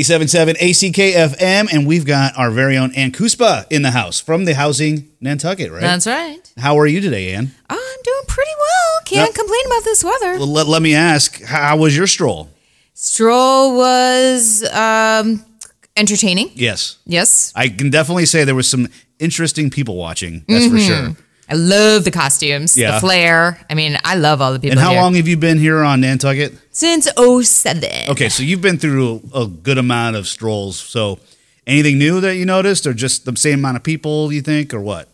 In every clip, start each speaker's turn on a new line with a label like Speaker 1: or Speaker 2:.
Speaker 1: 97.7 ACKFM, and we've got our very own Ann Kuspa in the house from the Housing Nantucket, right?
Speaker 2: That's right.
Speaker 1: How are you today, Ann?
Speaker 2: I'm doing pretty well. Can't
Speaker 1: Now-
Speaker 2: complain about this weather.
Speaker 1: Well, let, let me ask, how was your stroll?
Speaker 2: Stroll was um, entertaining.
Speaker 1: Yes.
Speaker 2: Yes.
Speaker 1: I can definitely say there was some interesting people watching, that's
Speaker 2: Mm-hmm.
Speaker 1: for sure.
Speaker 2: I love the costumes,
Speaker 1: Yeah.
Speaker 2: the flair. I mean, I love all the people
Speaker 1: And how
Speaker 2: here.
Speaker 1: long have you been here on Nantucket?
Speaker 2: Since 07.
Speaker 1: Okay, so you've been through a, a good amount of strolls. So anything new that you noticed, or just the same amount of people, you think, or what?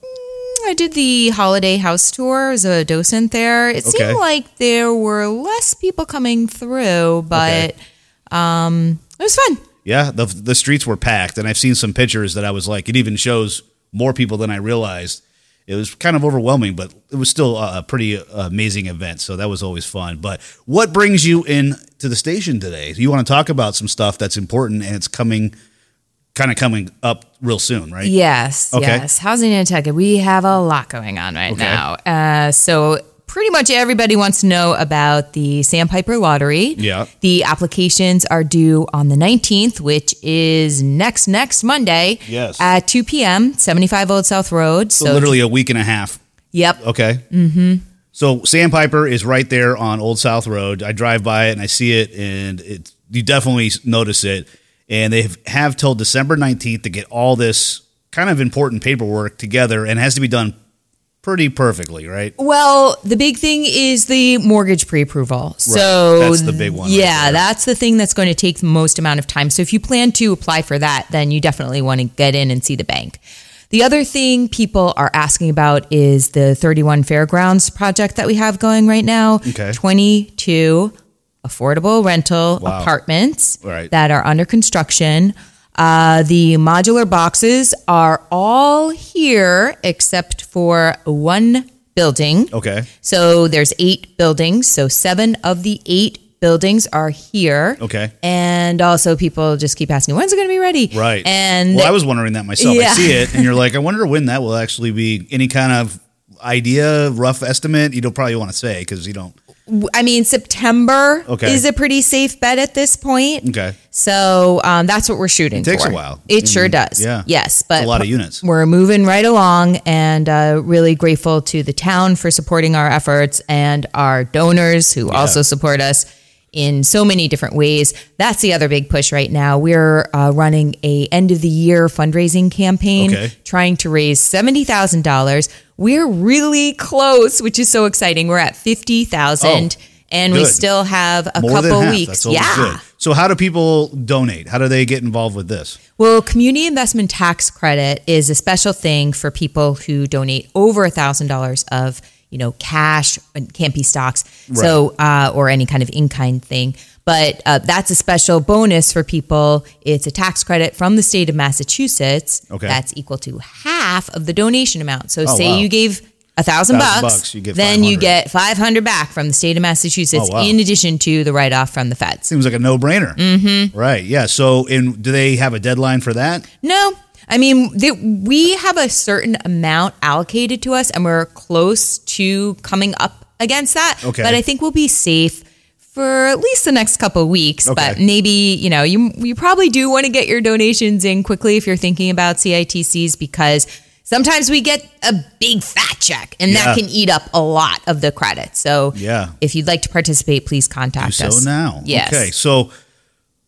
Speaker 2: I did the holiday house tour as a docent there. It
Speaker 1: Okay.
Speaker 2: seemed like there were less people coming through, but
Speaker 1: Okay.
Speaker 2: um, it was fun.
Speaker 1: Yeah, the the streets were packed, and I've seen some pictures that I was like, it even shows more people than I realized. It was kind of overwhelming, but it was still a, a pretty uh, amazing event. So that was always fun. But what brings you in to the station today? You want to talk about some stuff that's important, and it's coming, kind of coming up real soon, right?
Speaker 2: Yes,
Speaker 1: Okay.
Speaker 2: yes. Housing Nantucket, we have a lot going on right now. Uh, so pretty much everybody wants to know about the Sandpiper Lottery.
Speaker 1: Yeah.
Speaker 2: The applications are due on the 19th, which is next next Monday.
Speaker 1: Yes.
Speaker 2: At 2 p.m., 75 Old South Road. So,
Speaker 1: So literally a week and a half
Speaker 2: yep.
Speaker 1: Okay. Mm-hmm. So Sandpiper is right there on Old South Road. I drive by it and I see it, and it you definitely notice it. And they have, have till December nineteenth to get all this kind of important paperwork together, and it has to be done pretty perfectly, right?
Speaker 2: Well, the big thing is the mortgage pre-approval. So
Speaker 1: That's the big one right
Speaker 2: Yeah,
Speaker 1: there.
Speaker 2: that's the thing that's going to take the most amount of time. So if you plan to apply for that, then you definitely want to get in and see the bank. The other thing people are asking about is the 31 Fairgrounds project that we have going right now.
Speaker 1: Okay.
Speaker 2: 22 affordable rental
Speaker 1: Wow.
Speaker 2: apartments
Speaker 1: Right.
Speaker 2: that are under construction. Uh, the modular boxes are all here except for one building.
Speaker 1: Okay.
Speaker 2: So there's eight buildings. So seven of the eight buildings are here.
Speaker 1: Okay.
Speaker 2: And also people just keep asking, when's it going to be ready?
Speaker 1: Right.
Speaker 2: And
Speaker 1: well, I was wondering that myself. I
Speaker 2: Yeah.
Speaker 1: see it, and you're like, I wonder when that will actually be any kind of idea, rough estimate. You don't probably want to say because you don't.
Speaker 2: I mean, September
Speaker 1: Okay.
Speaker 2: is a pretty safe bet at this point.
Speaker 1: Okay.
Speaker 2: So um, that's what we're shooting it
Speaker 1: takes a while. Mm-hmm.
Speaker 2: It sure does.
Speaker 1: yeah.
Speaker 2: Yes.
Speaker 1: It's
Speaker 2: But
Speaker 1: a lot of units.
Speaker 2: We're moving right along and uh, really grateful to the town for supporting our efforts and our donors who also support us in so many different ways. That's the other big push right now. We're uh, running a end of the year fundraising campaign
Speaker 1: Okay.
Speaker 2: trying to raise $70,000. We're really close, which is so exciting. We're at 50,000
Speaker 1: Oh,
Speaker 2: and we
Speaker 1: good.
Speaker 2: still have a
Speaker 1: More
Speaker 2: couple
Speaker 1: than half.
Speaker 2: weeks.
Speaker 1: That's always
Speaker 2: yeah.
Speaker 1: good. So, how do people donate? How do they get involved with this?
Speaker 2: Well, community investment tax credit is a special thing for people who donate over thousand dollars of you know cash and can't be stocks, so uh, or any kind of in kind thing. But uh, that's a special bonus for people. It's a tax credit from the state of Massachusetts
Speaker 1: Okay.
Speaker 2: that's equal to half of the donation amount. So,
Speaker 1: Oh,
Speaker 2: say
Speaker 1: wow.
Speaker 2: you gave a thousand
Speaker 1: bucks,
Speaker 2: bucks,
Speaker 1: you get
Speaker 2: then you
Speaker 1: 500.
Speaker 2: get five hundred back from the state of Massachusetts
Speaker 1: Oh, wow.
Speaker 2: in addition to the write off from the feds.
Speaker 1: Seems like a no-brainer. Mm-hmm. Right? Yeah. So, in do they have a deadline for that?
Speaker 2: No. I mean, th- we have a certain amount allocated to us, and we're close to coming up against that.
Speaker 1: Okay.
Speaker 2: But I think we'll be safe for at least the next couple of weeks. But
Speaker 1: Okay.
Speaker 2: maybe you know, you you probably do want to get your donations in quickly if you're thinking about CITCs because sometimes we get a big fat check, and that
Speaker 1: Yeah.
Speaker 2: can eat up a lot of the credit. So
Speaker 1: Yeah.
Speaker 2: if you'd like to participate, please contact
Speaker 1: So
Speaker 2: us.
Speaker 1: now,
Speaker 2: yes.
Speaker 1: Okay. So,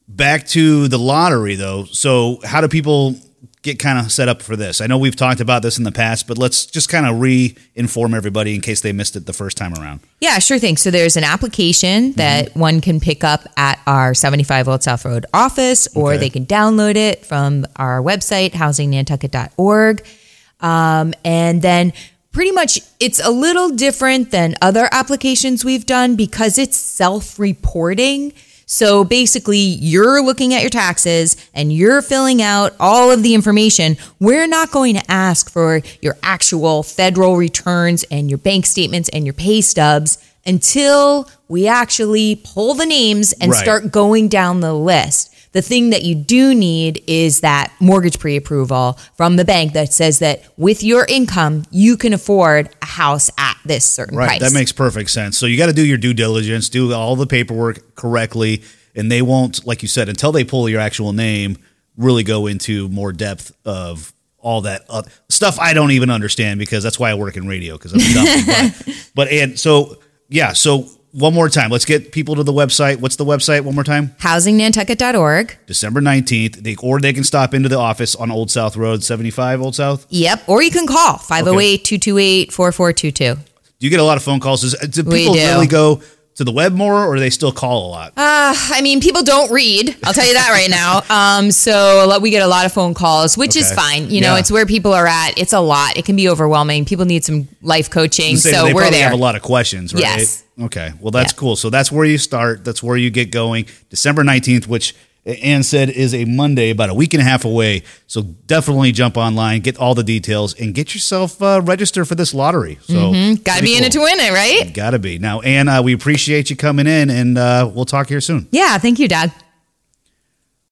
Speaker 1: back to the lottery, though. So, how do people get kind of set up for this? I know we've talked about this in the past, but let's just kind of re-inform everybody in case they missed it the first time around.
Speaker 2: Yeah, sure thing. So there's an application that one can pick up at our 75 Old South Road office, or
Speaker 1: Okay.
Speaker 2: they can download it from our website, housingnantucket.org. Um, and then pretty much it's a little different than other applications we've done because it's self reporting. So basically, you're looking at your taxes and you're filling out all of the information. We're not going to ask for your actual federal returns and your bank statements and your pay stubs until we actually pull the names and
Speaker 1: Right.
Speaker 2: start going down the list. The thing that you do need is that mortgage pre approval from the bank that says that with your income, you can afford a house at this certain
Speaker 1: Right.
Speaker 2: price.
Speaker 1: That makes perfect sense. So you got to do your due diligence, do all the paperwork correctly, and they won't, like you said, until they pull your actual name, really go into more depth of all that uh, stuff I don't even understand because that's why I work in radio because I'm dumb. but, but and so yeah, so one more time, let's get people to the website. What's the website? One more time,
Speaker 2: HousingNantucket.org.
Speaker 1: December nineteenth. They, or they can stop into the office on Old South Road, seventy five Old South.
Speaker 2: Yep. Or you can call 508 228 4422.
Speaker 1: Do you get a lot of phone calls? Is- Do
Speaker 2: We
Speaker 1: people
Speaker 2: do.
Speaker 1: really go to the web more, or do they still call a lot?
Speaker 2: I mean, people don't read. I'll tell you that right now. Um, so a lot- we get a lot of phone calls, which is
Speaker 1: Okay.
Speaker 2: fine. You know,
Speaker 1: Yeah.
Speaker 2: it's where people are at. It's a lot. It can be overwhelming. People need some life coaching.
Speaker 1: Say,
Speaker 2: So
Speaker 1: they
Speaker 2: we're
Speaker 1: probably
Speaker 2: there.
Speaker 1: have a lot of questions, right?
Speaker 2: Yes.
Speaker 1: Okay. Well, that's
Speaker 2: Yeah.
Speaker 1: cool. So that's where you start. That's where you get going. December 19th, which Ann said is a Monday, about a week and a half away. So definitely jump online, get all the details, and get yourself uh, registered for this lottery. So
Speaker 2: Got to
Speaker 1: pretty
Speaker 2: Mm-hmm. be in it to
Speaker 1: cool.
Speaker 2: win it, right?
Speaker 1: Gotta be. Now, Ann, uh, we appreciate you coming in, and uh, we'll talk here soon.
Speaker 2: Yeah. Thank you, Doug.